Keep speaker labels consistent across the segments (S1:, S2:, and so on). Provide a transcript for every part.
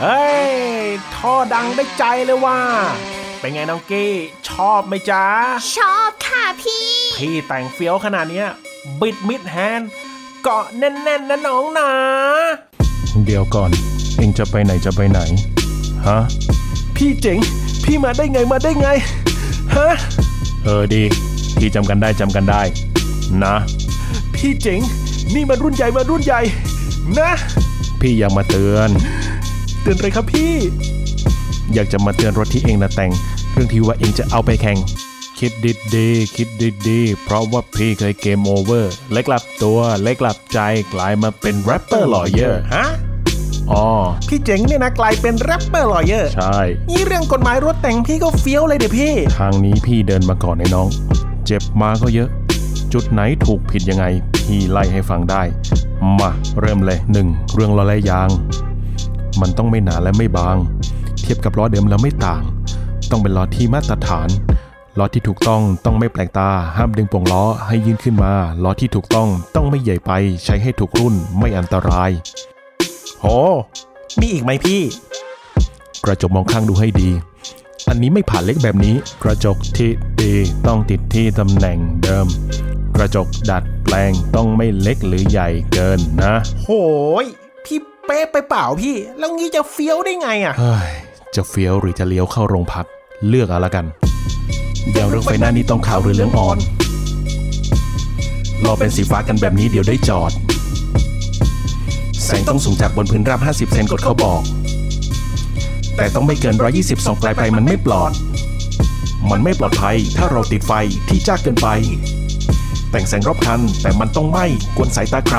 S1: เฮ้ย ท่อดังได้ใจเลยว่า เป็นไงน้องกี้ ชอบไหมจ๊ะ
S2: ชอบค่ะพี่
S1: พี่แต่งเฟี้ยวขนาดเนี้ย บิดมิดแฮนด์เกาะแน่นๆนะน้องนะ
S3: เดี๋ยวก่อน เองจะไปไหนจะไปไหน ฮะ
S1: พี่เจ๋ง พี่มาได้ไงมาได้ไง ฮะ
S3: เออดี พี่จำกันได้จำกันได้ นะ
S1: พี่เจ๋ง นี่มันรุ่นใหญ่มารุ่นใหญ่ นะ
S3: พี่อยากมาเตือน
S1: เตือนเลยครับพี่
S3: อยากจะมาเตือนรถที่เองนะแต่ง เรื่องที่ว่าเองจะเอาไปแข่ง คิดดีดีๆคิดดีดีๆเพราะว่าพี่เคยเกมโอเวอร์และกลับตัวและกลับใจกลายมาเป็นแรปเปอร์ลอเยอร์
S1: ฮะ
S3: อ๋อ
S1: พี่เจ๋งเนี่ยนะกลายเป็นแรปเปอร์ลอเยอร์
S3: ใช่
S1: นี่เรื่องกฎหมายรถแต่งพี่ก็เฟี้ยวเลยเดี๋ยพี่
S3: ทางนี้พี่เดินมาก่อนไอ้น้อง เจ็บมาก็เยอะ จุดไหนถูกผิดยังไง พี่ไล่ให้ฟังได้ มาเริ่มเลย 1. เรื่องล้อและยาง มันต้องไม่หนาและไม่บาง เทียบกับล้อเดิมแล้วไม่ต่าง ต้องเป็นล้อที่มาตรฐานล้อที่ถูกต้องต้องไม่แปลกตา ห้ามดึงปวงล้อให้ยื่นขึ้นมาล้อที่ถูกต้องต้องไม่ใหญ่ไป ใช้ให้ถูกรุ่นไม่อันตราย โห
S1: มีอีกไหมพี่
S3: กระจกมองข้างดูให้ดี อันนี้ไม่ผ่านเล็กแบบนี้ กระจกที่ดีต้องติดที่ตำแหน่งเดิม กระจกดัดแปลงต้องไม่เล็กหรือใหญ่เกินนะ
S1: โหย พี่เป๊ะไปเปล่าพี่ แล้วงี้จะเฟี้ยวได้ไงอะ
S3: เฮ้ยจะเฟี้ยวหรือจะเลี้ยวเข้าโรงพัก เลือกเอาละกันเดี๋ยวเรื่องไฟหน้านี้ต้องขาวหรือเหลืองอ่อนรอเป็นสีฟ้ากันแบบนี้เดี๋ยวได้จอด แสงต้องสูงจากบนพื้นราบ 50 เซนกดเขาบอก แต่ต้องไม่เกิน 122 ปลายไปมันไม่ปลอด มันไม่ปลอดภัย ถ้าเราติดไฟที่จ้าเกินไป แต่งแสงรอบคัน แต่มันต้องไม่กวนสายตาใคร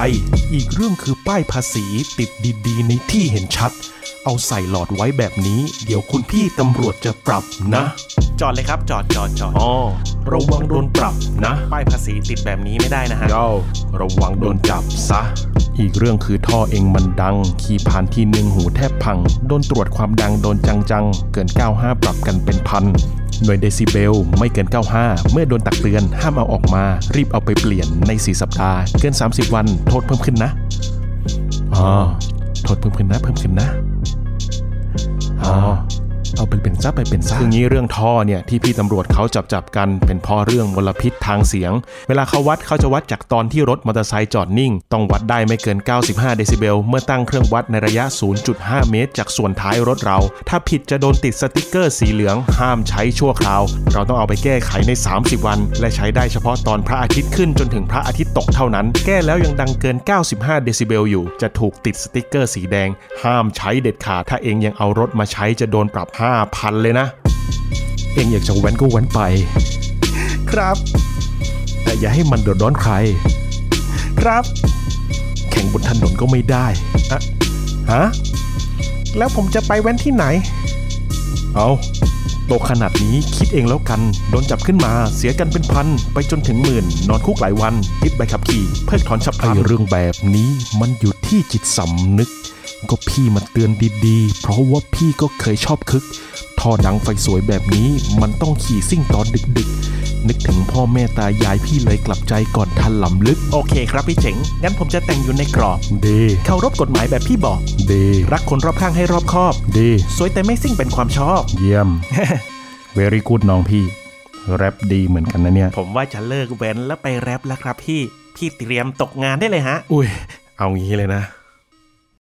S3: อีกเรื่องคือป้ายภาษีติดดีๆ ในที่เห็นชัด เอาใส่หลอดไว้แบบนี้ เดี๋ยวคุณพี่ตำรวจจะปรับนะ
S1: จอดเลยครับ จอดจอดจอด
S3: อ๋อ ระวังโดนปรับนะ
S1: ป้ายภาษีติดแบบนี้ไม่ได้นะฮะ
S3: เย้าระวังโดนจับซะ อีกเรื่องคือท่อเองมันดัง ขี่ผ่านที่หนึ่งหูแทบพัง โดนตรวจความดังโดนจังๆ เกิน 95 ปรับกันเป็นพัน หน่วยเดซิเบลไม่เกิน 95 เมื่อโดนตักเตือนห้ามเอาออกมา รีบเอาไปเปลี่ยนใน 4 สัปดาห์ เกิน 30 วันโทษเพิ่มขึ้นนะอ๋อโทษเพิ่มขึ้นนะ เพิ่มขึ้นนะอ๋อเอาไปเป็นซะไปเป็นซะคืองี้เรื่องท่อเนี่ยที่พี่ตำรวจเขาจับจับกันเป็นเพ่อเรื่องมลพิษทางเสียง เวลาเขาวัดเขาจะวัดจากตอนที่รถมอเตอร์ไซค์จอดนิ่ง ต้องวัดได้ไม่เกิน 95 เดซิเบล เมื่อตั้งเครื่องวัดในระยะ 0.5 เมตร จากส่วนท้ายรถเรา ถ้าผิดจะโดนติดสติกเกอร์สีเหลือง ห้ามใช้ชั่วคราว เราต้องเอาไปแก้ไขใน 30 วัน และใช้ได้เฉพาะตอนพระอาทิตย์ขึ้นจนถึงพระอาทิตย์ตกเท่านั้น แก้แล้วยังดังเกิน 95 เดซิเบลอยู่ จะถูกติดสติกเกอร์สีแดง ห้ามใช้เด็ดขาด ถ้าเองยังเอารถมาใช้จะโดนปรับ 5,000 เลยนะ เองอยากจะแว้นก็แว้นไป
S1: ครับ
S3: แต่อย่าให้มันเดือดร้อนใคร
S1: ครับ
S3: แข่งบนถนนก็ไม่ได้อะฮะ
S1: แล้วผมจะไปแว้นที่ไหน
S3: เอาโตขนาดนี้คิดเองแล้วกัน โดนจับขึ้นมาเสียกันเป็นพัน ไปจนถึงหมื่น นอนคุกหลายวันยึดใบขับขี่ เพิกถอนฉับพลันเรื่องแบบนี้มันอยู่ที่จิตสำนึก ก็พี่มาเตือนดีๆ เพราะว่าพี่ก็เคยชอบคึก ท่อดังไฟสวยแบบนี้มันต้องขี่ซิ่งตอนดึกๆ นึกถึงพ่อแม่ตายายพี่เลยกลับใจก่อนทันหลำลึก
S1: โอเคครับพี่เจ๋ง งั้นผมจะแต่งอยู่ในกรอบ
S3: ดี
S1: เคารพกฎหมายแบบพี่บอก
S3: ดี
S1: รักคนรอบข้างให้รอบคอบ
S3: ดี
S1: สวยแต่ไม่ซิ่งเป็นความชอบ
S3: เยี่ย ม very good น้องพี่แรปดีเหมือนกันนะเนี่ย
S1: ผมว่าจะเลิกแว้นแล้วไปแรปแล้วครับพี่ พี่เตรียมตกงานได้เลยฮะ
S3: อุ้ย เอางี้เลยนะ